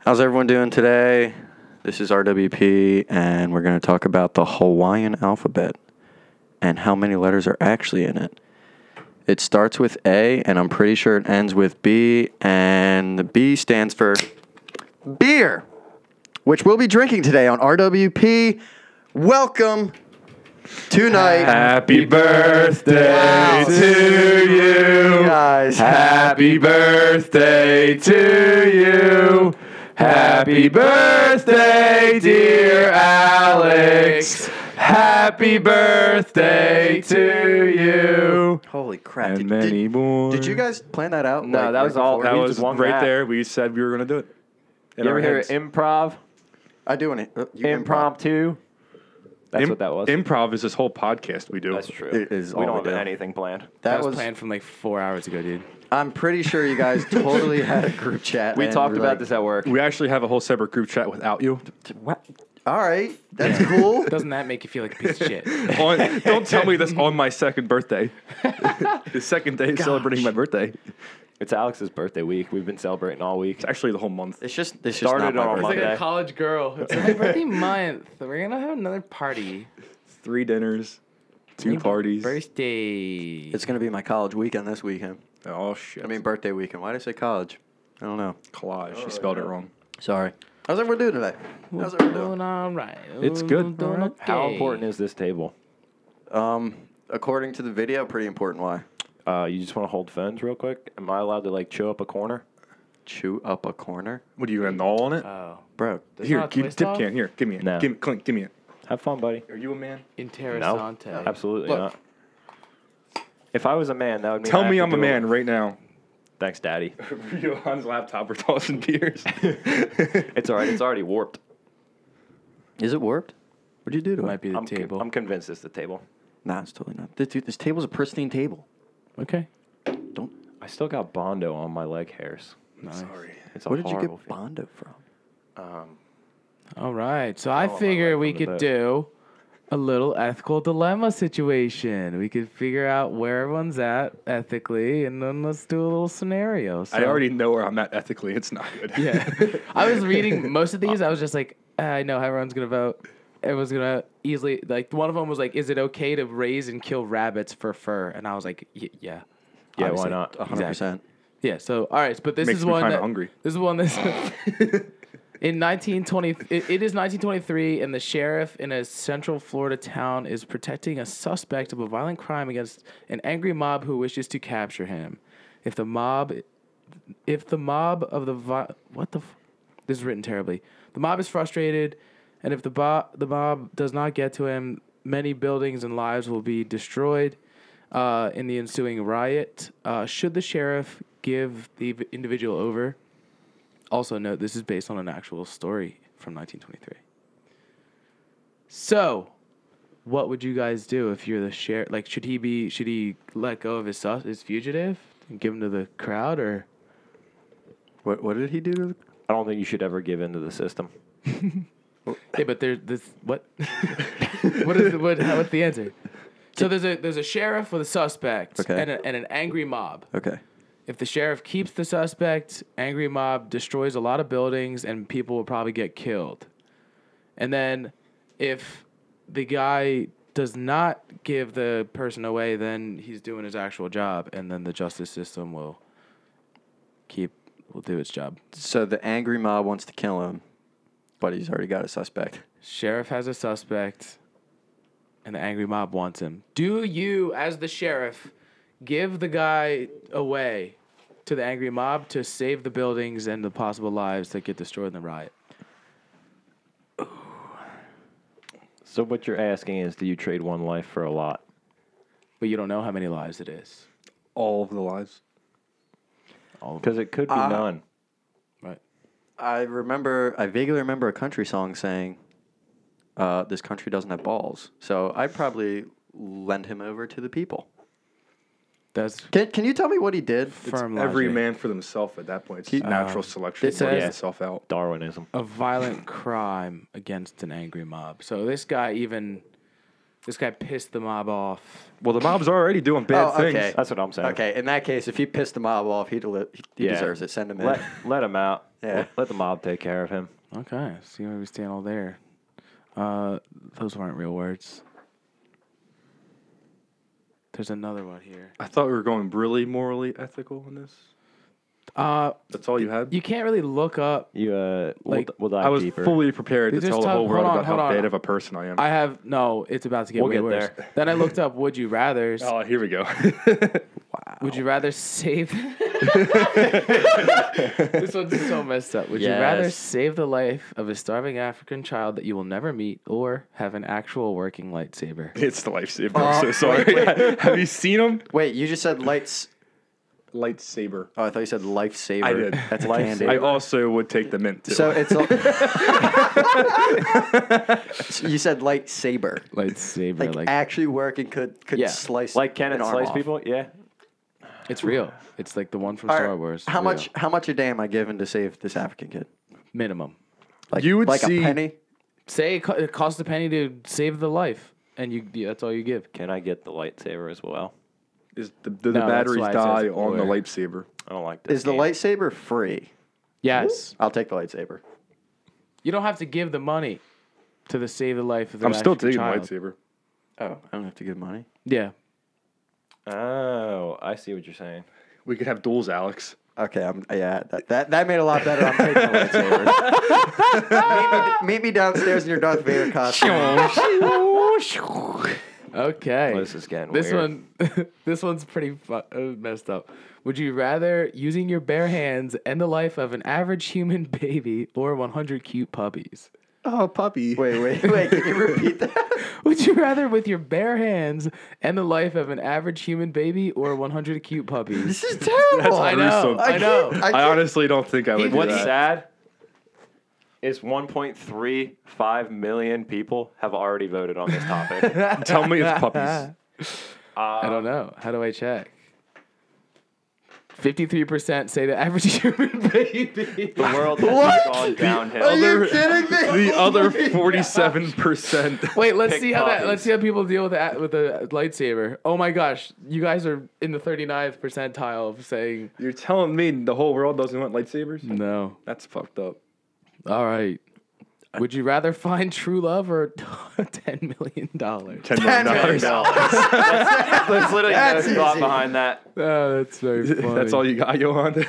How's everyone doing today? This is RWP, and we're going to talk about the Hawaiian alphabet and how many letters are actually in it. It starts with A, and I'm pretty sure it ends with B, and the B stands for beer, which we'll be drinking today on RWP. Welcome tonight, Happy birthday Wow. to you. guys. Happy birthday to you. Happy birthday, dear Alex. Happy birthday to you. Holy crap! And did, many did- more. did you guys plan that out? No, that was all- before? That We was just want right that. there. We said we were going to do it. In You our ever hear heads. improv? I do want to. uh, Impromptu? That's Im- what that was. Oh, Improv is this whole podcast we do. That's true. It is we all don't we have do. anything planned. That That was, was. planned from like four hours ago, dude. I'm pretty sure you guys totally had a group chat. We and talked were about like, this at work. We actually have a whole separate group chat without you. All right, that's cool. Doesn't that make you feel like a piece of shit? on, don't tell me this on my second birthday. the second day of celebrating my birthday. It's Alex's birthday week. We've been celebrating all week. Actually, the whole month. It's just this Started started on on Monday. Monday. college girl. It's my birthday month. We're gonna have another party. Three dinners, two parties. Birthday. It's gonna be my college weekend this weekend. Oh shit! I mean, birthday weekend. Why did I say college? I don't know. collage. you spelled it wrong. Sorry. How's everyone doing today? How's everyone doing? doing all right. It's good. Ooh, Doing Alright. okay. How important is this table? Um, according to the video, pretty important. Why? Uh, you just want to hold phones real quick? Am I allowed to like chew up a corner? Chew up a corner, What are you gonna gnaw on it? Oh, bro. here, not a keep twist tip off? can. Here, give me it. No. Give me, Clint, give me it. Have fun, buddy. Are you a man? interessante. Absolutely Look. not. If I was a man, that would mean I Tell have me to I'm a do man right now. Thanks, Daddy. Johan's laptop. We're tossing beers. It's all right. It's already warped. Is it warped? What'd you do to Might it? be the I'm, con- table. I'm convinced it's the table. Nah, it's totally not. This, dude, this table's a pristine table. okay. Don't. I still got Bondo on my leg hairs. Nice. It's a Where did you horrible get Bondo from? feeling. Um, All right. So I my figure leg we on the could back. do a little ethical dilemma situation. We could figure out where everyone's at ethically, and then let's do a little scenario. So, I already know where I'm at ethically. It's not good. Yeah. I was reading most of these. I was just like, "Ah, I know how everyone's gonna vote. Everyone's gonna easily like. One of them was like, "Is it okay to raise and kill rabbits for fur?" And I was like, y- "Yeah, yeah, why Obviously. not? 100%. yeah." So, all right, but this Makes is me one. kinda that- hungry. This is one that's in 1920. It, it is 1923, and the sheriff in a central Florida town is protecting a suspect of a violent crime against an angry mob who wishes to capture him. If the mob, if the mob of the vi- what the, f- this is written terribly. The mob is frustrated, and if the bo- the mob does not get to him, many buildings and lives will be destroyed uh, in the ensuing riot. Uh, should the sheriff give the v- individual over? Also, note this is based on an actual story from 1923. So, what would you guys do if you're the sheriff? Like, should he be? Should he let go of his sus- his fugitive and give him to the crowd, or What, what did he do to the I don't think you should ever give into the system. Hey, but there's this what? what is the, what? how- What's the answer? So there's a there's a sheriff with a suspect Okay. and, a, and an angry mob. Okay. If the sheriff keeps the suspect, angry mob destroys a lot of buildings and people will probably get killed. And then if the guy does not give the person away, then he's doing his actual job and then the justice system will keep will do its job. So the angry mob wants to kill him, but he's already got a suspect. Sheriff has a suspect, and the angry mob wants him. Do you, as the sheriff, give the guy away to the angry mob to save the buildings and the possible lives that get destroyed in the riot? So what you're asking is, do you trade one life for a lot? But you don't know how many lives it is. All of the lives. Because it could be Uh, none. Right. I remember, I vaguely remember a country song saying, uh, "This country doesn't have balls." So I'd probably lend him over to the people. That's Can Can you tell me what he did? It's firm every logic. man for themselves at that point. It's natural selection. it It's working says- itself out. Darwinism. A violent crime against an angry mob. So this guy even This guy pissed the mob off. Well, the mob's already doing bad Oh, things. okay. That's what I'm saying. Okay, in that case, if you pissed the mob off, he, deli- he Yeah. deserves it. Send him in. Let let him out. Yeah. Let, let the mob take care of him. Okay, see where we stand all there. Uh, those weren't real words. There's another one here. I thought we were going really morally ethical in this. Uh, That's all you had. you can't really look up. You uh, we'll, Like, d- we'll dive I was deeper. fully prepared to Just tell the tell- whole world hold on, about how hold on. bad of a person I am. I have no. It's about to get We'll way get worse. there. Then I looked up. Would you rather? oh, here we go. Would you rather save? this one's so messed up. Would you rather Yes. save the life of a starving African child that you will never meet, or have an actual working lightsaber? it's the lifesaver. Oh, I'm so sorry. have you seen him? Wait, you just said lights. Lightsaber. Oh, I thought you said lifesaver. I did. That's a candy. I also would take the mint too. so it's. A- So you said lightsaber. Lightsaber, Like, like, actually working could could Yeah, slice Like can an it arm slice off. people? Yeah. it's real. It's like the one from All right, Star Wars. How Real. much? How much a day am I given to save this African kid? minimum? Like You would like see- a penny. Say it, co- it costs a penny to save the life, and you yeah, that's all you give. Can I get the lightsaber as well? Is the, do No, the that's why batteries it die says on the or. lightsaber? I don't like this. Is the game. lightsaber free? Yes, I'll take the lightsaber. you don't have to give the money to the save the life of the. I'm still African taking the child. lightsaber. Oh, I don't have to give money. Yeah, Oh, I see what you're saying. We could have duels, Alex. Okay, I'm yeah. That that, that made a lot better. I'm taking the lightsaber. meet, me, meet me downstairs in your Darth Vader costume. Okay. This is getting this weird. one. this one's pretty fu- uh, messed up. Would you rather using your bare hands end the life of an average human baby or 100 cute puppies? Oh, puppy. wait, wait, wait. Can you repeat that? Would you rather with your bare hands end the life of an average human baby or 100 cute puppies? This is terrible. I know. gruesome. I can't- know. I, I can't- honestly don't think I would do What's that. sad is 1.35 million people have already voted on this topic. Tell me it's puppies. I don't know. How do I check? 53% say the average human baby. the world has gone downhill. Are you kidding me? The other 47%. Wait, let's Pick see how that. puppies. Let's see how people deal with that with the lightsaber. Oh my gosh, you guys are in the 39th percentile of saying You're telling me the whole world doesn't want lightsabers? no. That's fucked up. All right. Would you rather find true love or ten million dollars? $10 Ten million. million dollars. There's literally no That's thought easy. behind that. Oh, that's very funny. That's all you got, Johan?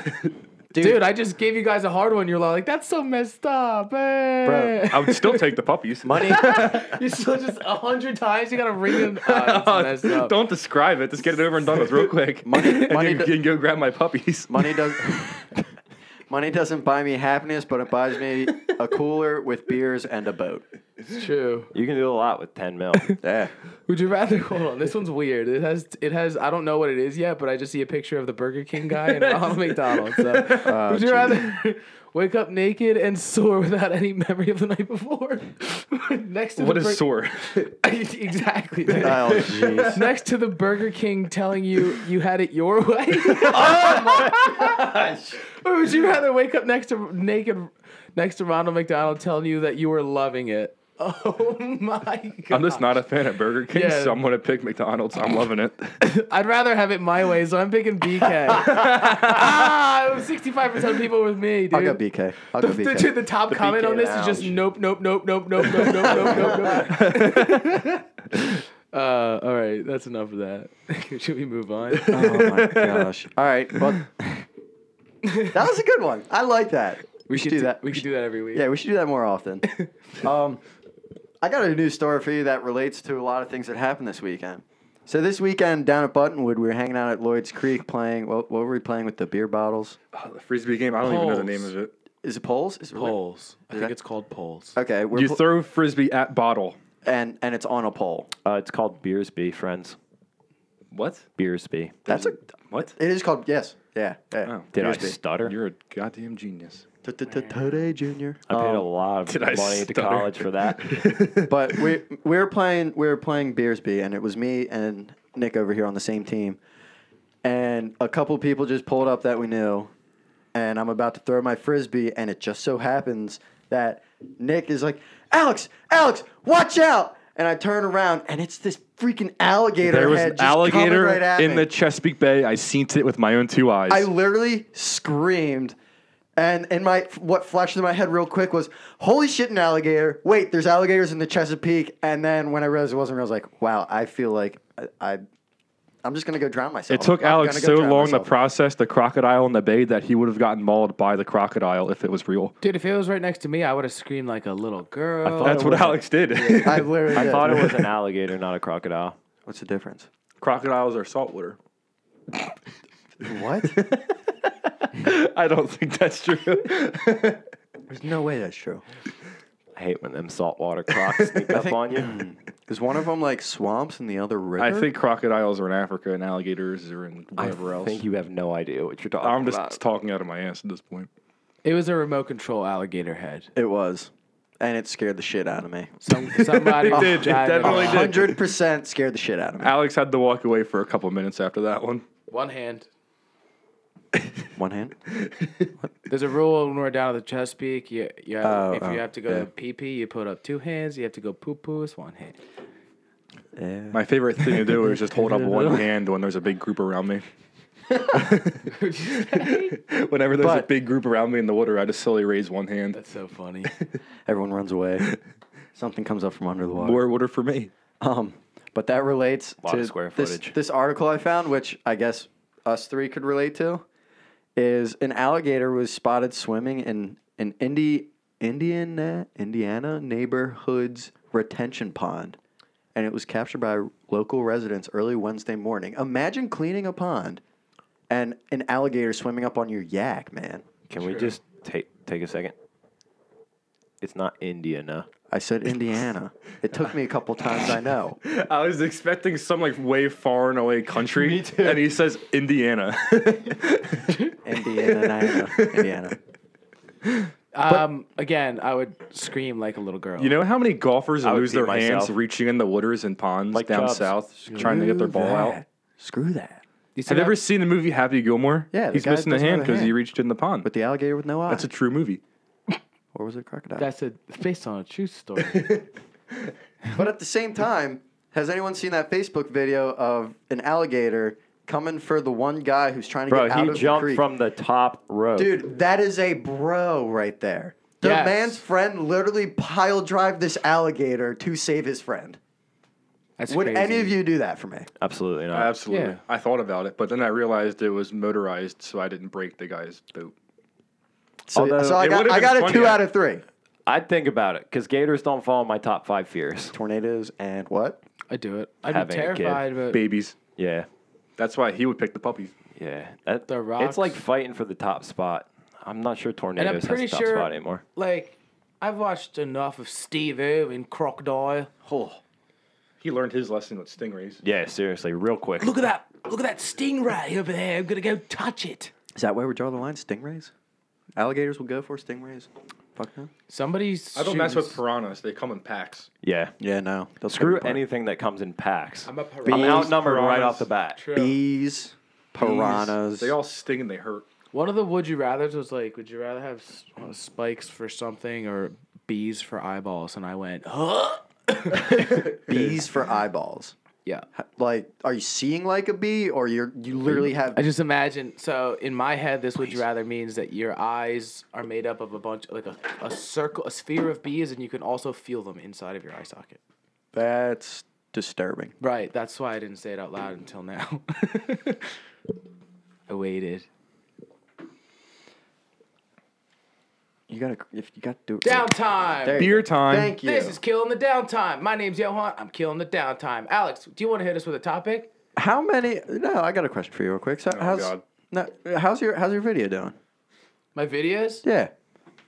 dude. I just gave you guys a hard one. You're like, that's so messed up, eh." I would still take the puppies. Money. you still just a hundred times. You gotta ring him. Oh, uh, that's messed up. Don't describe it. Just get it over and done with real quick. Money. and Money. then do- can go grab my puppies. Money does. Money doesn't buy me happiness, but it buys me a cooler with beers and a boat. It's true. You can do a lot with 10 mil. Yeah. Would you rather? Hold on, this one's weird. It has, it has. I don't know what it is yet, but I just see a picture of the Burger King guy and Ronald McDonald. So, Ah, would you rather wake up naked and sore without any memory of the night before? Next to What the is Bur- sore? exactly. Oh jeez. Next to the Burger King telling you you had it your way. or would you rather wake up next to naked, next to Ronald McDonald telling you that you were loving it? Oh my god! I'm just not a fan of Burger King, Yeah. so I'm going to pick McDonald's. I'm loving it. I'd rather have it my way, so I'm picking BK. ah, it was 65% of people with me, dude. I'll go BK. I'll The, go the, BK. dude, the top comment BK on this is just lounge. nope, nope, nope, nope, nope, nope, nope, nope, nope, nope. Uh, all right, that's enough of that. Should we move on? Oh my gosh. All right. Well, that was a good one. I like that. We should could do that. We could do that every week. Yeah, we should do that more often. um, I got a new story for you that relates to a lot of things that happened this weekend. So this weekend down at Buttonwood, we were hanging out at Lloyd's Creek playing. What, what were we playing with the beer bottles? Oh, the frisbee game. I don't even know the name Poles. of it. Is it poles? Is it Poles. I Did think I- it's called poles. Okay, we're You pl- throw frisbee at bottle. and and it's on a pole. uh, it's called Beersby, friends. What? Beersby. That's a. What? It is called yes. Yeah. yeah. Oh. Did I Beersby. stutter? You're a goddamn genius. Today, Junior. I paid a lot of um, Did I money to stutter? college for that. but we we were playing we were playing Beersby, and it was me and Nick over here on the same team, and a couple people just pulled up that we knew, and I'm about to throw my frisbee, and it just so happens that Nick is like, Alex, Alex, watch out! And I turn around and it's this freaking alligator There was head an just coming alligator right at in me. the Chesapeake Bay. I seen it with my own two eyes. I literally screamed. And and my what flashed through my head real quick was, holy shit, an alligator! Wait, there's alligators in the Chesapeake. And then when I realized it wasn't real, I was like, wow, I feel like I, I I'm just gonna go drown myself. it took I'm Alex gonna go so drown long myself. to process the crocodile in the bay that he would have gotten mauled by the crocodile if it was real. Dude, if it was right next to me, I would have screamed like a little girl. Oh, That's what Alex did. I literally. I did. thought it was an alligator, not a crocodile. What's the difference? Crocodiles are saltwater. What? I don't think that's true. There's no way that's true. I hate when them saltwater crocs sneak up on you. Is one of them like swamps and the other river? I think crocodiles are in Africa and alligators are in whatever I else. think you have no idea what you're talking I'm just about. talking out of my ass at this point. it was a remote control alligator head. it was, and it scared the shit out of me. Some, somebody was did, it driving definitely by. did. Hundred percent scared the shit out of me. Alex had to walk away for a couple minutes after that one. One hand. One hand. There's a rule when we're down at the Chesapeake. You, you have, Oh, if oh, you have to go yeah. to pee pee, you put up two hands. You have to go poo poo, it's one hand. Yeah. My favorite thing to do is just hold up one hand when there's a big group around me. Whenever there's a But- big group around me in the water, I just slowly raise one hand. That's so funny. Everyone runs away. Something comes up from under the water. More water for me. Um, but that relates Lot to of square this, footage. this article I found, which I guess us three could relate to, is an alligator was spotted swimming in an Indi- Indiana Indiana neighborhood's retention pond, and it was captured by local residents early Wednesday morning. Imagine cleaning a pond and an alligator swimming up on your yak, man. Can we just take take a second? It's not Indiana. I said Indiana. it took me a couple times, I know. I was expecting some like way far and away country, and he says Indiana. Indiana, Indiana, Indiana. Um, again, I would scream like a little girl. you know how many golfers would lose beat their hands myself. reaching in the waters and ponds Like down Chubbs. south trying to get their Screw ball out? that. Screw that. You see Have you that? ever seen the movie Happy Gilmore? Yeah, the he's guy missing a doesn't have hand a because he hand. reached in the pond. With the alligator with no eyes. That's a true movie. or was it a crocodile? That's a, it's based on a true story. but at the same time, has anyone seen that Facebook video of an alligator coming for the one guy who's trying to Bro, get out he of the jumped creek? from the top rope. Dude, that is a bro right there. The Yes. man's friend literally pile drive this alligator to save his friend. That's Would crazy. any of you do that for me? Absolutely not. Absolutely. Yeah. I thought about it, but then I realized it was motorized, so I didn't break the guy's boat. So, Although, so I it got, would've I got been a funny, two I- out of three. I'd think about it because gators don't fall in my top five fears. Tornadoes and what? I do it. I'd be Having a kid. terrified, but Babies. Yeah, That's why he would pick the puppies. yeah. That, The It's like rocks. fighting for the top spot. I'm not sure and tornadoes I'm has pretty the top sure spot anymore. Like, I've watched enough of Steve O and Crocodile. Oh, He learned his lesson with stingrays. Yeah, seriously, real quick. Look at that! Look at that stingray over there. I'm gonna go touch it. is that where we draw the line? Stingrays? Alligators will go for stingrays. Fuck no. Somebody's. I don't mess with piranhas. They come in packs. Yeah. Yeah, no. They'll Screw anything that comes in packs. I'm, a outnumbered right piranhas. off the bat. Bees, piranhas. They all sting and they hurt. One of the would you rather's was like, would you rather have s- uh, spikes for something or bees for eyeballs? And I went, huh? bees for eyeballs. Yeah. Like, are you seeing like a bee, or you're you literally have? I just imagine. So in my head, this would you rather means that your eyes are made up of a bunch, like a, a circle, a sphere of bees, and you can also feel them inside of your eye socket. That's disturbing. Right. That's why I didn't say it out loud until now. I waited. You gotta if you gotta do it. Downtime. There you Beer go. time. Thank you. This is killing the downtime. My name's Johan. I'm killing the downtime. Alex, do you want to hit us with a topic? How many? No, I got a question for you real quick. So how's Oh, God. no, how's your how's your video doing? My videos? Yeah.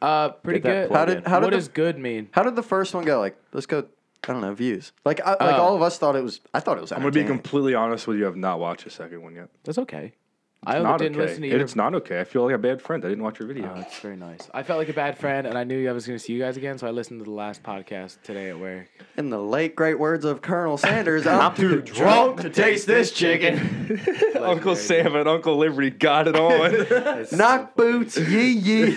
Uh, pretty Get that good. plug How did in. how what did does the, good mean? how did the first one go? Like, let's go. I don't know views. Like, I, like Oh. all of us thought it was. I thought it was. I'm going to be completely honest with you. I've not watched the second one yet. That's okay. I only Not didn't okay. listen to It- your. It's not okay. I feel like a bad friend. I didn't watch your video. Oh, Uh, it's very nice. I felt like a bad friend, and I knew I was going to see you guys again, so I listened to the last podcast today at work. In the late great words of Colonel Sanders, I'm too drunk to taste this chicken. Uncle Sam and Uncle Liberty got it on. Knock boots, yee yee.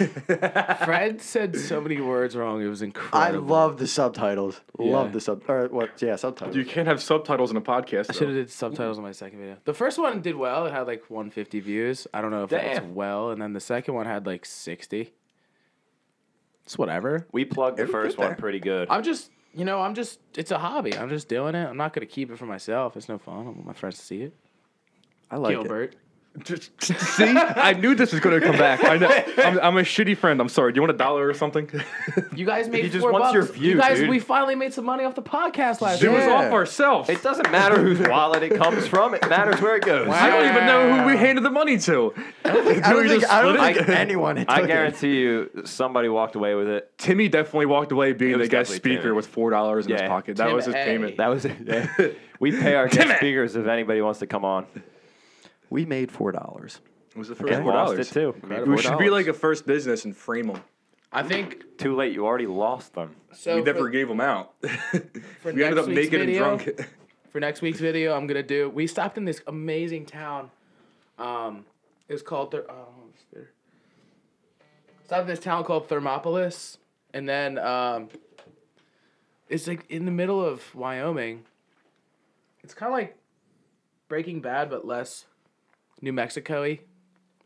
Fred said so many words wrong. It was I incredible. love the subtitles. Yeah. Love the sub. Or what? Yeah, subtitles. you can't have subtitles in a podcast. I should have though. did subtitles on my second video. The first one did well. It had like 150 views. I don't know if that's Damn. well. And then the second one had like 60. It's whatever. We plugged the first one pretty good. I'm just, you know, I'm just, it's a hobby. I'm just doing it. I'm not going to keep it for myself. It's no fun. I want my friends to see it. I like it. Gilbert. Just- See, I knew this was going to come back. I know. I'm, I'm a shitty friend. I'm sorry. Do you want a dollar or something? You guys made He just four wants bucks. your view, you guys, dude. we finally made some money off the podcast last It year. was Yeah. off ourselves. It doesn't matter whose wallet it comes from. It matters where it goes. I don't even know who we handed the money to. I don't You think, just I don't split it? think anyone. had I took it. guarantee you, somebody walked away with it. Timmy definitely walked away being the was guest definitely speaker Timmy. with four dollars in Yeah. his pocket. That Tim was his A. payment. That was it. we pay our guest speakers if anybody wants to come on. We made four dollars. It was the first Okay. four Lost it dollars. too. We should be like a first business and frame them. I think Too late. You already lost them. so. we never for, gave them out. for we ended next up week's naked video, and drunk. for next week's video, I'm gonna do. We stopped in this amazing town. Um, it was called. Ther- oh, it's there. Stopped in this town called Thermopolis, and then um, it's like in the middle of Wyoming. It's kind of like Breaking Bad, but less New Mexico-y.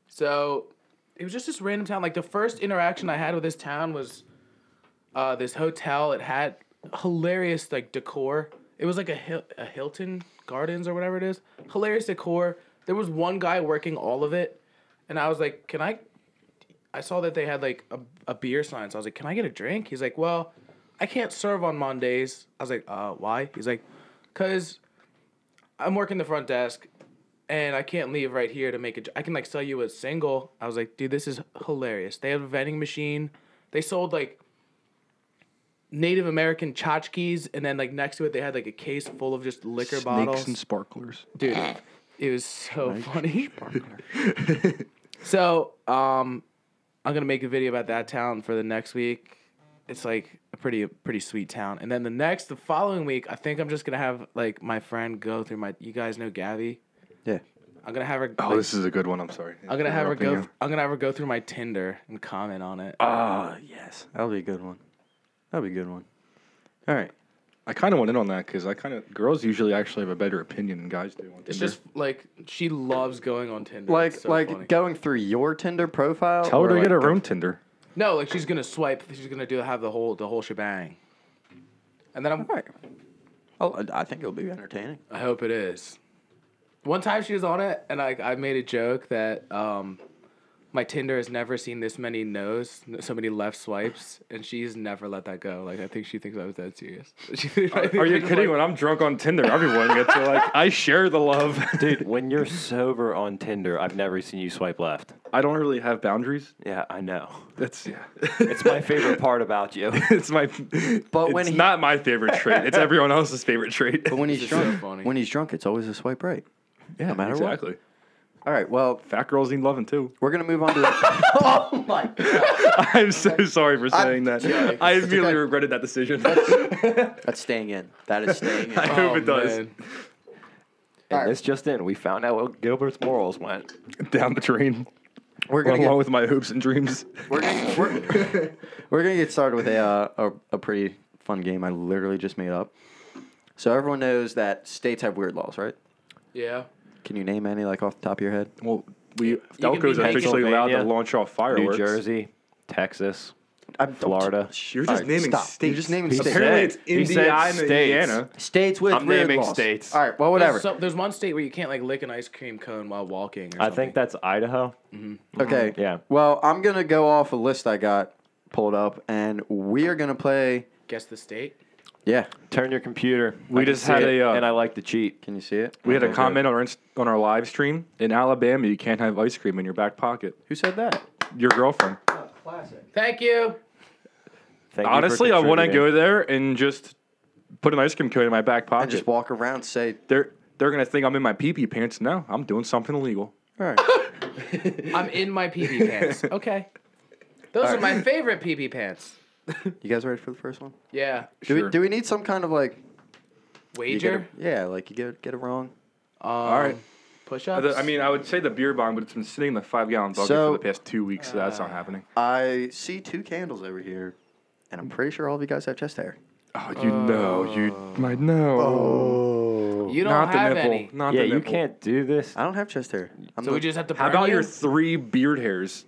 So it was just this random town. Like the first interaction I had with this town was uh, this hotel. It had hilarious like decor. It was like a, Hil- a Hilton Gardens or whatever it is. Hilarious decor. There was one guy working all of it, and I was like, "Can I?" I saw that they had like a, a beer sign, so I was like, "Can I get a drink?" He's like, "Well, I can't serve on Mondays." I was like, "Uh, why?" He's like, "Cause I'm working the front desk." And I can't leave right here to make a. j- I can like sell you a single. I was like, dude, this is hilarious. They have a vending machine. They sold like Native American tchotchkes, and then like next to it, they had like a case full of just liquor bottles. sparklers. Dude, Eh. it was so funny. so, um, I'm gonna make a video about that town for the next week. It's like a pretty a pretty sweet town. And then the next, the following week, I think I'm just gonna have like my friend go through my. You guys know Gabby. Yeah. I'm gonna have her. Oh, like, this is a good one. I'm sorry. I'm gonna have her go. I'm gonna have her go through my Tinder and comment on it. Ah, yes. That'll be a good one. That'll be a good one. All right. I kind of went in on that because I kind of girls usually actually have a better opinion than guys do. On it's Tinder. just like she loves going on Tinder. Like It's so like funny. going through your Tinder profile. tell her or to get like- her own Tinder. No, like she's gonna swipe. She's gonna do have the whole the whole shebang. And then I'm. All right. Oh, I I think it'll be entertaining. I hope it is. One time she was on it, and I, I made a joke that um, my Tinder has never seen this many no's, n- so many left swipes, and she's never let that go. Like I think she thinks I was that serious. She think- I think Are she you was kidding? like- when I'm drunk on Tinder, everyone gets to like I share the love. Dude, when you're sober on Tinder, I've never seen you swipe left. I don't really have boundaries. Yeah, I know. That's yeah. It's my favorite part about you. it's my. But when it's he- not my favorite trait. It's everyone else's favorite trait. But when he's just so drunk, funny. when he's drunk, it's always a swipe right. yeah, matter what. exactly. All right. Well, Fat girls need loving too. we're gonna move on to. The- oh my I'm so sorry for saying that. sorry. I It's immediately okay. regretted that decision. That's staying in. That is staying in. I hope it does. Oh, man. And this just in, we found out what Gilbert's morals went. Down the drain. We're gonna Along get, with my hopes and dreams. we're gonna, we're, we're gonna get started with a, uh, a a pretty fun game I literally just made up. So everyone knows that states have weird laws, right? Yeah. Can you name any like off the top of your head? Well, we can be Delco's officially allowed to Pennsylvania, launch off New fireworks. Jersey, Texas. I'm, Florida. You're just naming stop. states. You're just naming He states. Apparently, said- it's he said Indiana, and states. Indiana. States with I'm weird naming laws. states. All right. Well, whatever. There's, some- there's one state where you can't like lick an ice cream cone while walking. Or I think that's Idaho. okay. Mm, yeah. Well, I'm gonna go off a list I got pulled up, and we are gonna play. guess the state. Yeah. Turn your computer. We I can just see had it, a, uh, and I like to cheat. Can you see it? We had a Okay. comment on our inst- on our live stream. In Alabama, you can't have ice cream in your back pocket. Who said that? Your girlfriend. Thank Thank you. you for Honestly, I want to contributing. go there and just put an ice cream cone in my back And pocket. just walk around, say they're they're gonna think I'm in my pee pee pants. No, I'm doing something illegal. All right. I'm in my pee pee pants. Okay. Those are my favorite pee pee pants. You guys ready for the first one? Yeah. Do we do we need some kind of like you get Wager. it, yeah, like you get get it wrong. Um, All right. Push ups. I mean, I would say Uh, the beer bong, but it's been sitting in the five gallon bucket So- for the past two weeks, so that's not happening. I see two candles over here, and I'm pretty sure all of you guys have chest hair. Oh, you know, you might know. Oh. you don't Not the have nipple. any. Not Yeah, the you nipple. can't do this. I don't have chest hair. I'm So the- we just have to. How burn about you? your three beard hairs?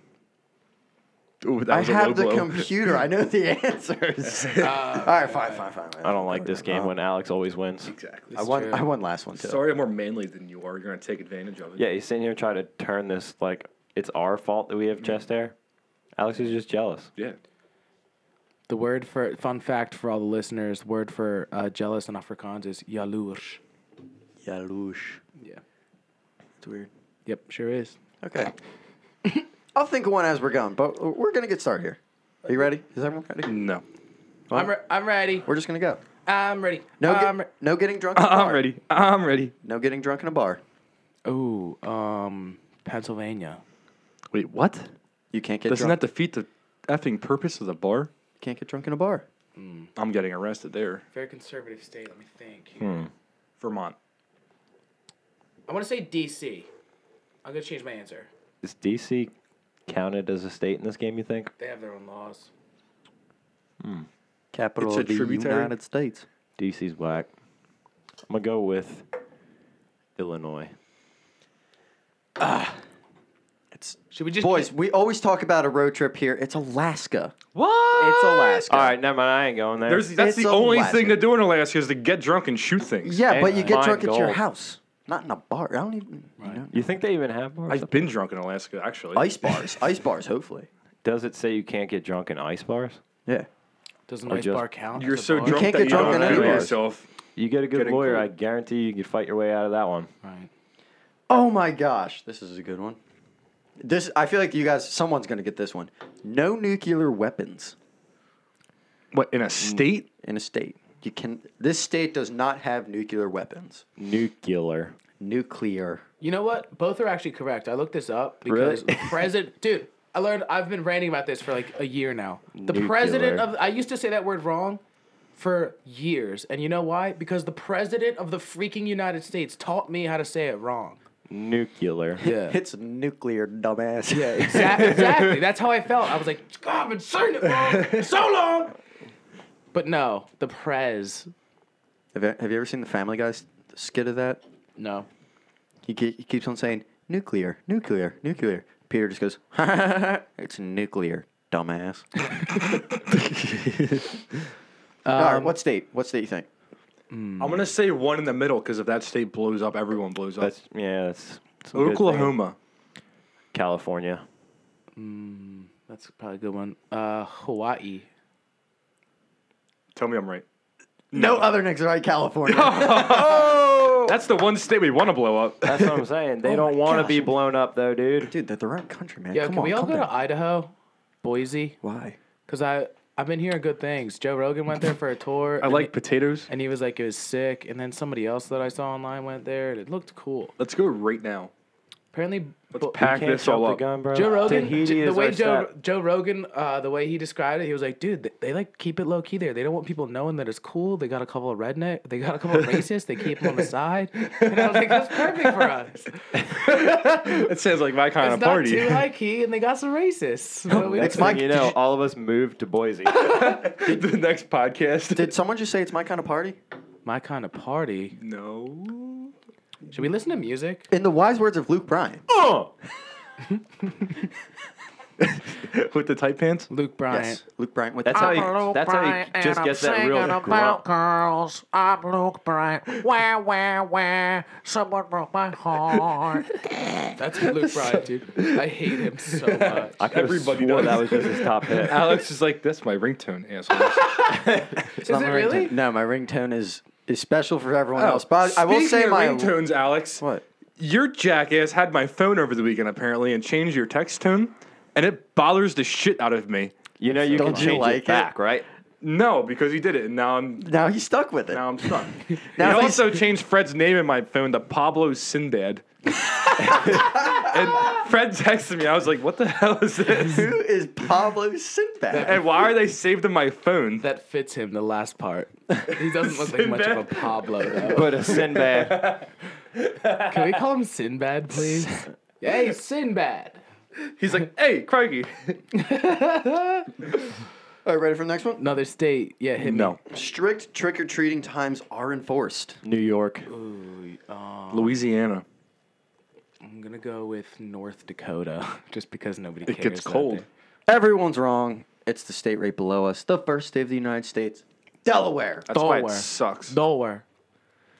Ooh, that I was a low have the blow. computer. I know the answers. all right, fine, fine, fine. I don't like this game when Alex always wins. exactly. I won. true. I won last one too. Sorry, I'm more manly than you are. You're gonna take advantage of it. Yeah, he's sitting here trying to turn this like it's our fault that we have chest hair. Alex is just jealous. Yeah. The word for fun fact for all the listeners, word for uh, jealous in Afrikaans is jaloers. Yalush. Yeah. It's weird. Yep, sure is. Okay. I'll think of one as we're going, but we're gonna get started here. Are you ready? Is everyone ready? No. Well, I'm, re- I'm ready. We're just gonna go. I'm ready. No, get- I'm re- no getting drunk. In a bar. I'm ready. I'm ready. No getting drunk in a bar. Ooh, um, Pennsylvania. Wait, what? You can't get Doesn't drunk. that defeat the effing purpose of the bar? can't get drunk in a bar. I'm getting arrested there. Very conservative state. Let me think. Hmm. Vermont. I want to say D.C. I'm gonna change my answer. Is DC counted as a state in this game? You think? They have their own laws. Capital It's a of the tributary? United States. DC's black. I'm gonna go with Illinois. It's Should we just boys. We always talk about a road trip here. It's Alaska. What? It's Alaska. All right, never mind. I ain't going there. There's, that's It's the only Alaska. thing to do in Alaska is to get drunk and shoot things. Yeah, but And you get mine drunk at your gold. house, not in a bar. I don't even. You know, you think they even have bars? I've been drunk in Alaska, actually. ice bars. ice bars. Hopefully. Does it say you can't get drunk in ice bars? Yeah. Does an Or ice just- bar count? You're as a so bar? drunk can't that get Oh, you drunk don't in any know bar. yourself. You get a good Getting lawyer, cool. I guarantee you can fight your way out of that one. Right. Oh my gosh, this is a good one. This I feel like you guys. Someone's gonna get this one. No nuclear weapons What, Mm. in a state? in a state. You can. This state does not have nuclear weapons. Nuclear. Nuclear. You know what? Both are actually correct. I looked this up Really? because president, dude. I learned. I've been ranting about this for like a year now. The president Nuclear. of. I used to say that word wrong for years, and you know why? Because the president of the freaking United States taught me how to say it wrong. Nuclear. Yeah. It's nuclear, dumbass. Yeah, exactly. exactly. That's how I felt. I was like, God, I've been saying it wrong so long. But no, the prez. Have you, have you ever seen the Family Guy's skit of that? No. He, ke- he keeps on saying nuclear, nuclear, nuclear. Peter just goes, it's nuclear, dumbass. All Um, right, what state? What state you think? Mm. I'm going to say one in the middle because if that state blows up, everyone blows up. That's yeah. That's some good thinking. Oklahoma. California. That's probably a good one. Uh, Hawaii. Tell me I'm right. No, other next right, California. That's the one state we want to blow up. That's what I'm saying. They don't Oh my want to gosh. be blown up though, dude. Dude, they're their own country, man. Yeah, Come can on, we all calm go to down. Idaho? Boise? Why? Because I, I've been hearing good things. Joe Rogan went there for a tour. I like potatoes. And he was like, it was sick. And then somebody else that I saw online went there and it looked cool. Let's go right now. Apparently, bo- pack Can't this jump all the up. gun, bro. Joe Rogan, Tahiti J- the is way our Joe step. Joe Rogan, uh, the way he described it, he was like, "Dude, they, they like keep it low key there. They don't want people knowing that it's cool. They got a couple of redneck, they got a couple of racists. They keep them on the side." And I was like, "That's perfect for us. It's That sounds like my kind not of party. too high key, and they got some racists." But we It's don't- my- You know, all of us moved to Boise. the next podcast. Did someone just say it's my kind of party? my kind of party. no. Should we listen to music? In the wise words of Luke Bryan. With the tight pants? Luke Bryant. Yes, Luke Bryan. With That's the how you. That's how you just gets that real grunt. girls. I'm Luke Bryant. Wah, wah, wah. Someone broke my heart. That's Luke Bryant, dude. I hate him so much. I could've Everybody swore does. that was just his top hit. Alex is like, that's my ringtone, asshole. Is it really? No, my ringtone is is special for everyone Oh, else. But I will speaking say of my ringtones, Alex. What? Your jackass had my phone over the weekend apparently and changed your text tone, and it bothers the shit out of me. You know, you Don't can you change like it? it back, right? No, because he did it, and now I'm Now he's stuck with it. now I'm stuck. Now he he's- also changed Fred's name in my phone to Pablo Sinbad. And Fred texted me. I was like, what the hell is this? Who is Pablo Sinbad? And why are they saved in my phone? That fits him, the last part. He doesn't look like much of a Pablo, though. But a Sinbad. Can we call him Sinbad, please? hey, Sinbad. He's like, hey, Crikey. All right, ready for the next one? Another state. Yeah, hit me. Strict trick or treating times are enforced. New York. Louisiana. um, I'm gonna go with North Dakota, just because nobody It cares. gets that cold. there. Everyone's wrong. It's the state right below us. The first state of the United States, Delaware. That's why it Delaware. sucks. Delaware.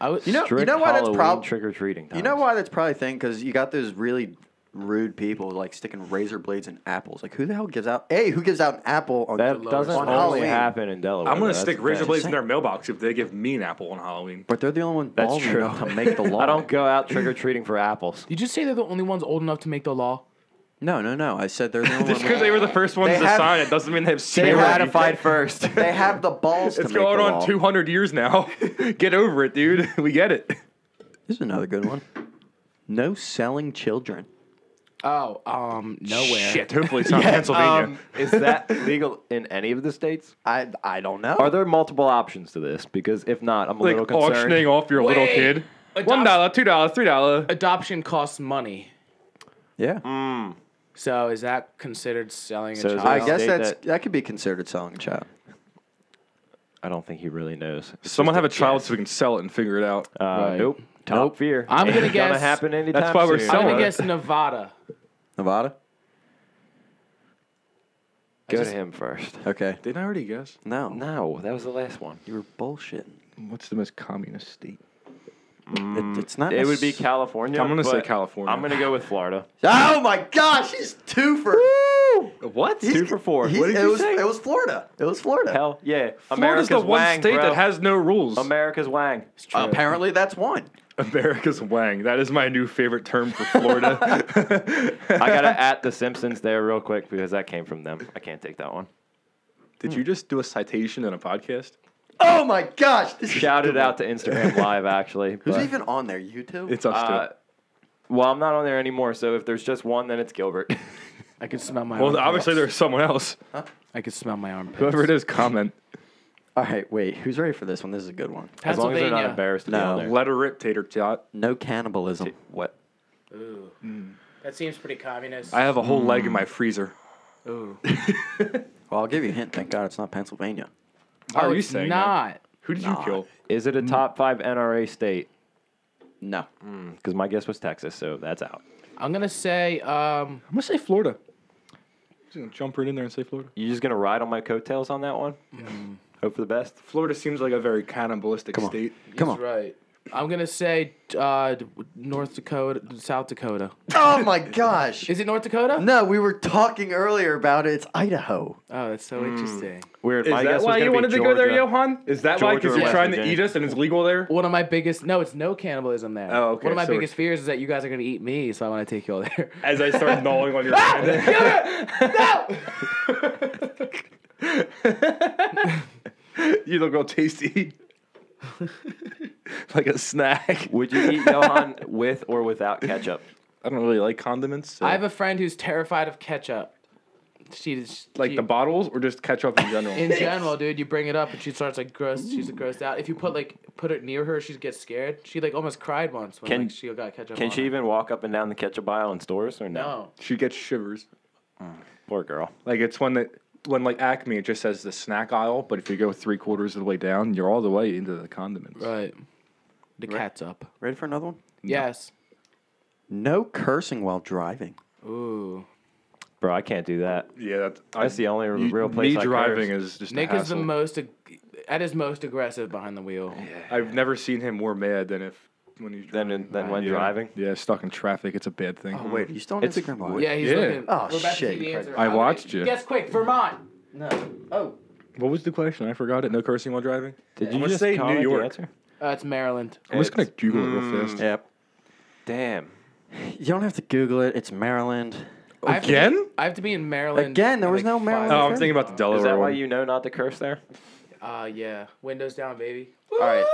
I would, you know- Strict know why that's Halloween prob- trick-or-treating You know why that's probably a thing? Because you got those really rude people like sticking razor blades in apples. Like who the hell gives out? Hey, who gives out an apple on? That doesn't On only Halloween. happen in Delaware. I'm going to though, that's stick the razor thing. blades in their mailbox if they give me an apple on Halloween. but they're the only one That's ballsy true. enough to make the law. I don't go out trick-or-treating for apples. Did you say they're the only ones old enough to make the law? No, no, no. I said they're the only Just one. because they were the first ones They to have- sign it doesn't mean they have They They have- seniority. ratified first. They have the balls to It's make going the on law. 200 years now. Get over it, dude. We get it. This is another good one. No selling children. Oh, um, nowhere. Shit. Hopefully it's not Pennsylvania. Um, is that legal in any of the states? I I don't know. Are there multiple options to this? Because if not, I'm a little like concerned. auctioning off your little Wait. kid. Adopt- One dollar, two dollar, three dollar. Adoption costs money. yeah. So is that considered selling So a is child? that- Mm, I guess State that's that- that. could be considered selling a child. I don't think he really knows. Someone have a child so we can sell it and figure it out. Uh, Right. Nope. Top Nope. fear. I'm gonna Ain't Gonna guess- happen anytime. That's why we're soon. I'm selling gonna it. guess Nevada. Nevada. Go just- to him first. Okay. Didn't I already guess? No. No, that was the last one. You were bullshitting. What's the most communist state? Mm, It, it's not. It would be necess- California. I'm gonna say but California. I'm gonna go with Florida. Oh my gosh, he's two for What? he's- Two for four. he's- What did it you was, say? It was Florida. It was Florida. Hell yeah. Florida's America's the one wang, state bro. that has no rules. America's wang. Uh, Oh. Apparently, that's one. America's wang. That is my new favorite term for Florida. I gotta at the Simpsons there real quick because that came from them. I can't take that one. Did you just do a citation in a podcast? Oh my gosh, this Shout is it out to Instagram Live actually. Who's but, even on there? You two? It's us uh, well, I'm not on there anymore, so if there's just one, then it's Gilbert. I can smell my. two. Well, armpits. obviously there's someone else. I can smell my armpits. Whoever it is, comment. All right, wait. Who's ready for this one? This is a good one. as long as they're not Pennsylvania. embarrassed to be No. on there. Let her rip, tater tot. No cannibalism. What? Ooh. That seems pretty communist. I have a whole leg in my freezer. Ooh. Well, I'll give you a hint. Thank God it's not Pennsylvania. Why Oh, are you it's saying that? not? Who did you kill? Is it a Mm. top five NRA state? No. Because my guess was Texas, so that's out. I'm gonna say um, I'm gonna say Florida. Just gonna jump right in there and say Florida. You just gonna ride on my coattails on that one? Mm. Hope for the best. Florida seems like a very cannibalistic Come on. state. Come on. right. I'm gonna say uh, North Dakota, South Dakota. Oh my gosh. Is it North Dakota? No, we were talking earlier about it. It's Idaho. Oh, that's Hmm. so interesting. Weird. Is my guess that was why gonna you be wanted to go there, Georgia. Johan? Is that why? Georgia Because or you're West trying to Virginia? eat us and it's legal there? One of my biggest no, it's no cannibalism there. Oh, okay, One of my so biggest fears is that you guys are gonna eat me, so I want to take you all there. As I start gnawing on your hand. you look real tasty. like a snack. Would you eat Johan with or without ketchup? I don't really like condiments. so- I have a friend who's terrified of ketchup. She like she, the bottles or just ketchup in general? In general, dude, you bring it up and she starts like gross. She's grossed out. If you put like put it near her, she gets scared. She like almost cried once when Can- like, she got ketchup. Can on she her. even walk up and down the ketchup aisle in stores or no? No. she gets shivers. Poor girl. Like it's one that when like Acme it just says the snack aisle, but if you go three quarters of the way down, you're all the way into the condiments. Right. The cat's up. Ready for another one? Yes. No cursing while driving. Ooh. Bro, I can't do that. Yeah, that's, That's the only You- real place. Me I driving curse. is just Nick a is the hassle. most ag- at his most aggressive behind the wheel. I've never seen him more mad than if when he's Than in- than when yeah. driving? Yeah, stuck in traffic. It's a bad thing. Oh, wait, are you still on It's- Instagram Live? Yeah, he's Yeah. looking. Oh, we're shit, about To see you the answer. I watched you. Guess quick, Vermont. No. Oh. What was the question? I forgot it. No cursing while driving. Did I'm you gonna just say call New it the York. answer? Uh, it's Maryland. I'm just gonna Google it real fast. Yep. Damn. You don't have to Google it. It's Maryland. I have to be- Again? I have to be in Maryland. Again, there in, was no five Maryland Oh, I'm Okay. thinking about the Delaware Is that why one. you know not to curse there? Oh. Uh, yeah. Windows down, baby. All right.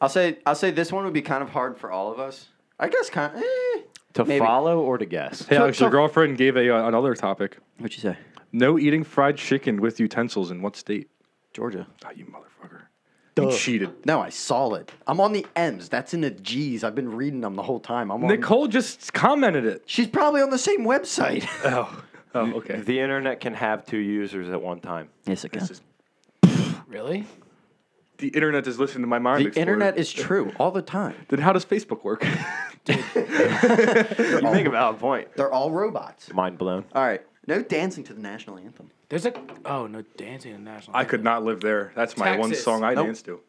I'll say I'll say this one would be kind of hard for all of us. I guess kind. eh. To Maybe. follow or to guess? Hey, Alex, your girlfriend gave a uh, another topic. What'd you say? No eating fried chicken with utensils in what state? Georgia. Oh, you motherfucker. You cheated. No, I saw it. I'm on the M's. That's in the G's. I've been reading them the whole time. I'm on. Nicole just commented it. She's probably on the same website. Oh, oh okay. The internet can have two users at one time. yes, it can. Really? The internet is listening to my mind. The internet is true all the time. Then how does Facebook work? You make a valid point. They're all robots. Mind blown. All right. No dancing to the national anthem. There's a oh no dancing in national. I could not live there. That's my one Texas. song I Nope. dance to.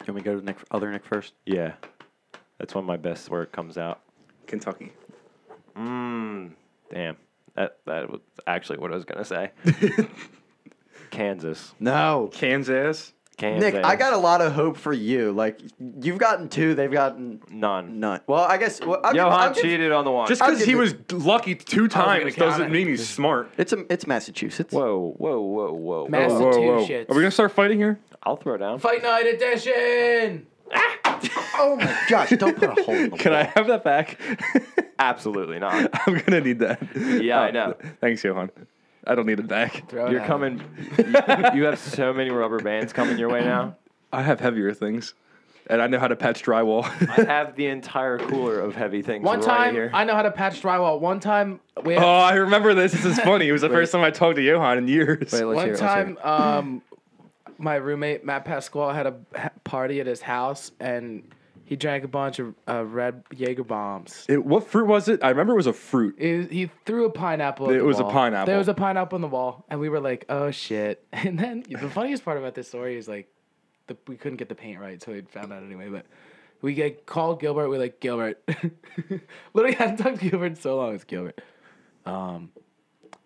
Can we go to Nick, other Nick first? Yeah. That's when my best work comes out. Kentucky. Mm. Damn. That that was actually what I was gonna say. Kansas. No. Kansas. Kansas. Nick, I got a lot of hope for you. Like you've gotten two, they've gotten none. none. Well, I guess well, I'll give- I'll Johan give- cheated on the one. Just I'll because give he it- was lucky two times gonna count doesn't it. mean he's smart. It's a, it's Massachusetts. whoa, whoa, whoa, whoa, Mass- whoa. Whoa, whoa. Are we gonna start fighting here? I'll throw down. Fight night edition. Oh my gosh! Don't put a hole in the Can wall. I have that back? Absolutely not. I'm gonna need that. Yeah, I know. Thanks, Johan. I don't need it back. Throw it You're out. coming. you, you have so many rubber bands coming your way now. I have heavier things, and I know how to patch drywall. I have the entire cooler of heavy things One right time here. I know how to patch drywall. One time we had, oh, I remember this. This is funny. It was the first time I talked to Johan in years. Wait, let's one hear it, let's hear time um my roommate Matt Pasquale had a ha- party at his house and he drank a bunch of uh, red Jaeger bombs. It- what fruit was it? I remember it was a fruit. It, he threw a pineapple. at It the was a wall. pineapple. There was a pineapple on the wall, and we were like, "Oh shit!" And then the funniest part about this story is like, the, we couldn't get the paint right, so we found out anyway. But we like, called Gilbert. We're like, "Gilbert," literally hadn't talked to Gilbert in so long. It's Gilbert. Um,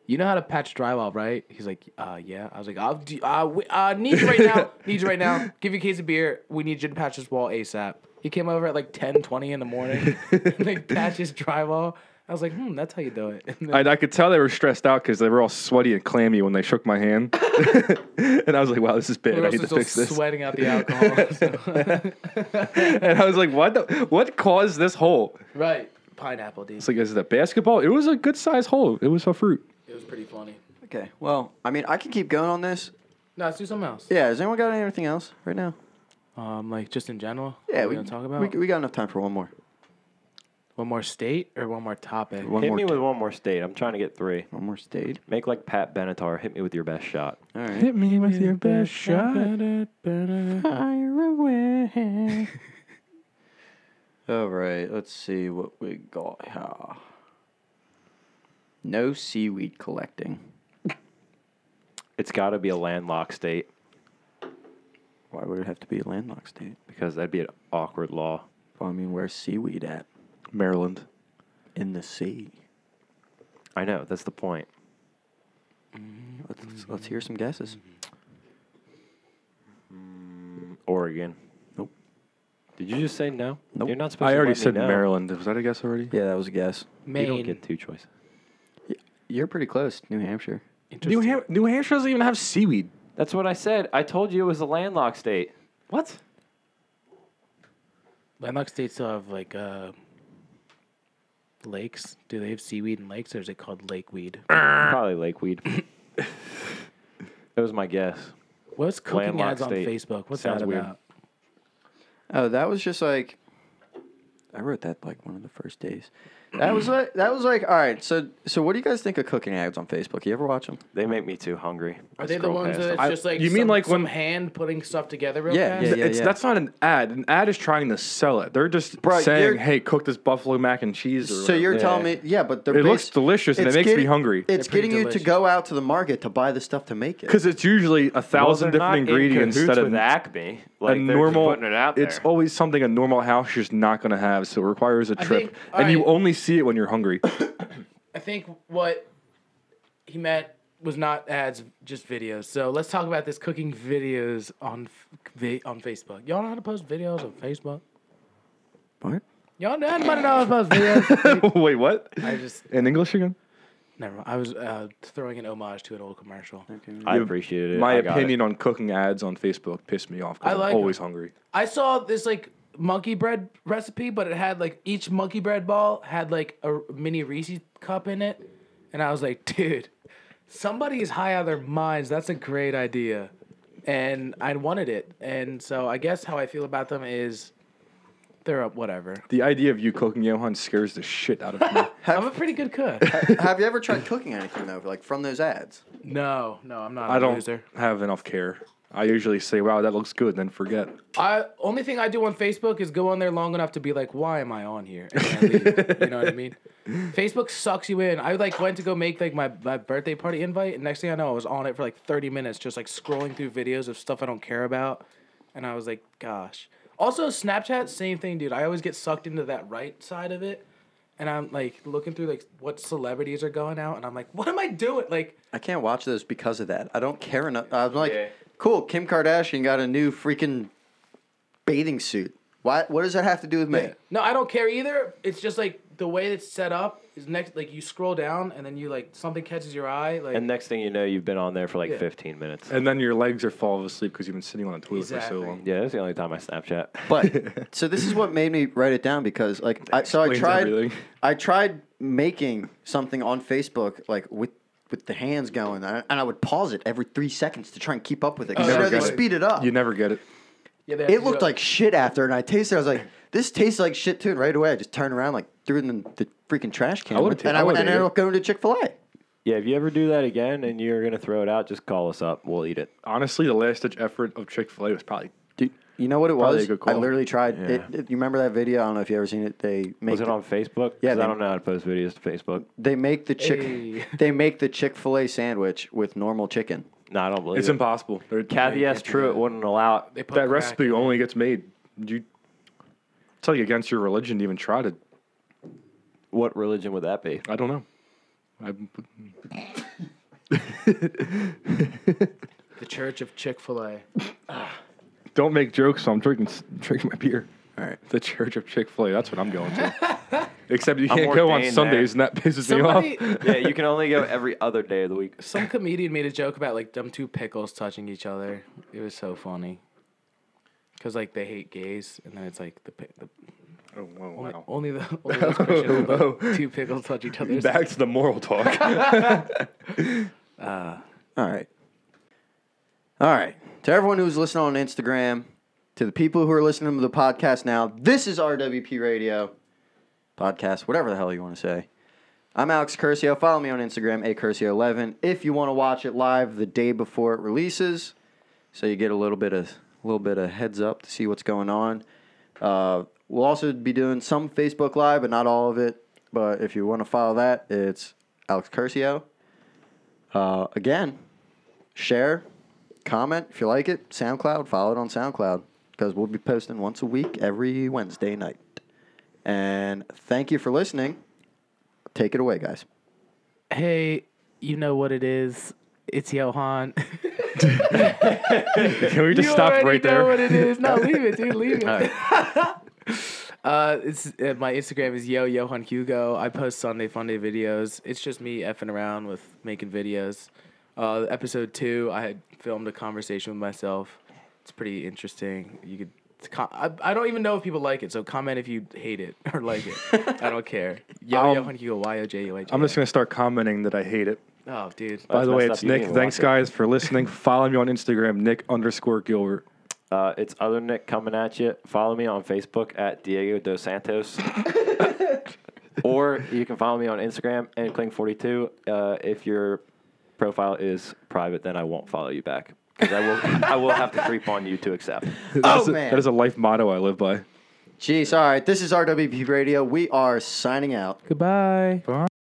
you know how to patch drywall, right? He's like, uh, "Yeah." I was like, "I'll do. Uh, we, uh, need you right now. Need you right now. Give you a case of beer. We need you to patch this wall asap." He came over at like 10, 20 in the morning, and, like patch his drywall. I was like, "Hmm, that's how you do it." And then- I, I could tell they were stressed out because they were all sweaty and clammy when they shook my hand, and I was like, "Wow, this is bad. I We're need to also fix still this." Sweating out the alcohol. so- And I was like, "What? The, what caused this hole?" right. Pineapple, dude. It's like, "Is it a basketball?" It was a good sized hole. It was a fruit. It was pretty funny. Okay. Well, I mean, I can keep going on this. No, let's do something else. Yeah. Has anyone got anything else right now? Um, like just in general. Yeah. we, we gonna talk about We, we got enough time for one more. one more state or one more topic. One Hit more. me with one more state. I'm trying to get three. one more state. Make like Pat Benatar. Hit me with your best shot. All right. me with your best shot. Fire away. All right. Let's see what we got here. No seaweed collecting. It's got to be a landlocked state Why would it have to be a landlocked state? because that'd be an awkward law. Well, I mean, where's seaweed at? Maryland. In the sea. I know. That's the point. Let's, let's, Mm-hmm. let's hear some guesses. Oregon. Nope. Did you just say no? Nope. You're not supposed. I to already let me said know. Maryland. Was that a guess already? Yeah, that was a guess. You don't Maine. get two choices. You're pretty close. New Hampshire. New, Ham- New Hampshire doesn't even have seaweed. That's what I said. I told you it was a landlocked state. What? Landlocked states still have like uh, lakes. Do they have seaweed and lakes, or is it called lake weed? Probably lakeweed. that was my guess. What's cooking Landlocked ads on state. Facebook? What's Sounds that weird. about? Oh, that was just like. I wrote that like one of the first days. That was like that was like all right. So so what do you guys think of cooking ads on Facebook? You ever watch them? They make me too hungry. Are they the ones that it's I- just like you mean some- like some when- hand putting stuff together? Real Yeah, fast? yeah, yeah. it's, That's not an ad. An ad is trying to sell it. They're just Bro, you're- saying, "Hey, cook this buffalo mac and cheese." Or So whatever." you're Yeah. telling me, yeah, but they're It looks bas- delicious and it it's makes me getting- hungry. It's They're pretty getting you to delicious. go out to the market to buy the stuff to make it. Because it's usually a thousand different ingredients instead of with Acme. a Like they're normal. putting it out there. It's always something a normal house is not going to have, so it requires a trip, think- and you alright. only see it when you're hungry. I think what he meant was not ads, just videos. So let's talk about this cooking videos on f- vi- on Facebook. Y'all know how to post videos on Facebook? what? Y'all know anybody know how to post videos? Wait, what? I just In English again? never. Mind. I was uh, throwing an homage to an old commercial. I appreciate it. My I got it. opinion on cooking ads on Facebook pissed me off. 'cause I I'm like always 'em. hungry. I saw this like monkey bread recipe, but it had like each monkey bread ball had like a mini Reese's cup in it, and I was like, dude, somebody is high out of their minds. That's a great idea, and I wanted it, and so I guess how I feel about them is they're up whatever. The idea of you cooking Johan scares the shit out of me. I'm a pretty good cook. Have you ever tried cooking anything though, like from those ads? no, no, I'm not. I I a don't Loser. have enough care. I usually say, "Wow, that looks good," then forget. I only thing I do on Facebook is go on there long enough to be like, why am I on here? And then I leave. you know what I mean? Facebook sucks you in. I like went to go make like my, my birthday party invite, and next thing I know, I was on it for like thirty minutes, just like scrolling through videos of stuff I don't care about, and I was like, gosh. Also, Snapchat, same thing, dude. I always get sucked into that right side of it, and I'm like looking through like what celebrities are going out, and I'm like, what am I doing? Like, I can't watch those because of that. I don't care enough. I'm like, Yeah. cool, Kim Kardashian got a new freaking bathing suit. Why? What does that have to do with me? No, I don't care either. It's just like the way it's set up is next. Like you scroll down and then you like something catches your eye. Like And next thing you know, you've been on there for like Yeah. 15 minutes. And then your legs are falling asleep because you've been sitting on the toilet Exactly. for so long. Yeah, that's the only time I Snapchat. But so this is what made me write it down because like I, so I Explains tried everything. I tried making something on Facebook like with with the hands going and I, and I would pause it every three seconds to try and keep up with it. 'cause Oh, you know yeah. they Got it. speed it up. You never get it. Yeah, they have it to looked go- like shit after, and I tasted. it. I was like, "This tastes like shit too." And right away, I just turned around, like threw it in the, the freaking trash can, I and would've ta- I, I went would've and I ate it. ended up going to Chick Fil A. Yeah, if you ever do that again and you're gonna throw it out, just call us up. We'll eat it. Honestly, the last ditch effort of Chick Fil A was probably Dude, you know what it Probably was? a good I call. literally tried. It, it- you remember that video? I don't know if you ever seen it. They make Was it the- on Facebook? Yeah, 'Cause they- I don't know how to post videos to Facebook. they make the chick Hey. they make the Chick Fil A sandwich with normal chicken. No, I don't believe it's it. impossible. They're- Kathy S. Truitt wouldn't allow it. they put that crack recipe in it. only gets made. You it's like against your religion to even try to. What religion would that be? I don't know. I, the Church of Chick Fil A. don't make jokes. So I'm drinking s- drinking my beer. All right. The Church of Chick Fil A. That's what I'm going to. Except you I'm can't go on ordained Sundays, and that pisses Somebody, me off. yeah, you can only go every other day of the week. some comedian made a joke about like them two pickles touching each other. It was so funny. Cause like they hate gays, and then it's like the, pi- the Oh, whoa, only, wow. only the only those Christians will let two pickles touch each other. Back to the moral talk. All right. All right. To everyone who's listening on Instagram, to the people who are listening to the podcast now, this is RWP Radio podcast, whatever the hell you want to say. I'm Alex Curcio. Follow me on Instagram, acurcio11. If you want to watch it live the day before it releases, so you get a little bit of a little bit of heads up to see what's going on. Uh, we'll also be doing some Facebook Live, but not all of it. But if you want to follow that, it's Alex Curcio. Uh, again, share, comment if you like it. SoundCloud, follow it on SoundCloud because we'll be posting once a week every Wednesday night. And thank you for listening. Take it away, guys. Hey, you know what it is? It's Johan. Can we just stop already right know there? what it is. No, leave it, dude. Leave it. uh, it's uh, my Instagram is yo Johan Hugo. I post Sunday Funday videos. It's just me effing around with making videos. Uh, episode two, I had filmed a conversation with myself. It's pretty interesting. You could. it's Com- I, I don't even know if people like it, so comment if you hate it or like it. I don't care. Yo Um, Johan Hugo Y O J U H. I'm just gonna Uh, start commenting that I hate it. Oh, dude. By the way, messed it's up. You didn't Nick. even Thanks, watch it. guys, for listening. Follow me on Instagram, Nick underscore Gilbert. Uh, it's other Nick coming at you. Follow me on Facebook at Diego Dos Santos. or you can follow me on Instagram and Cling42. Uh, if your profile is private, then I won't follow you back. Because I will, I will have to creep on you to accept. Oh, That is a- man. that is a life motto I live by. Jeez, all right. This is RWP Radio. We are signing out. Goodbye.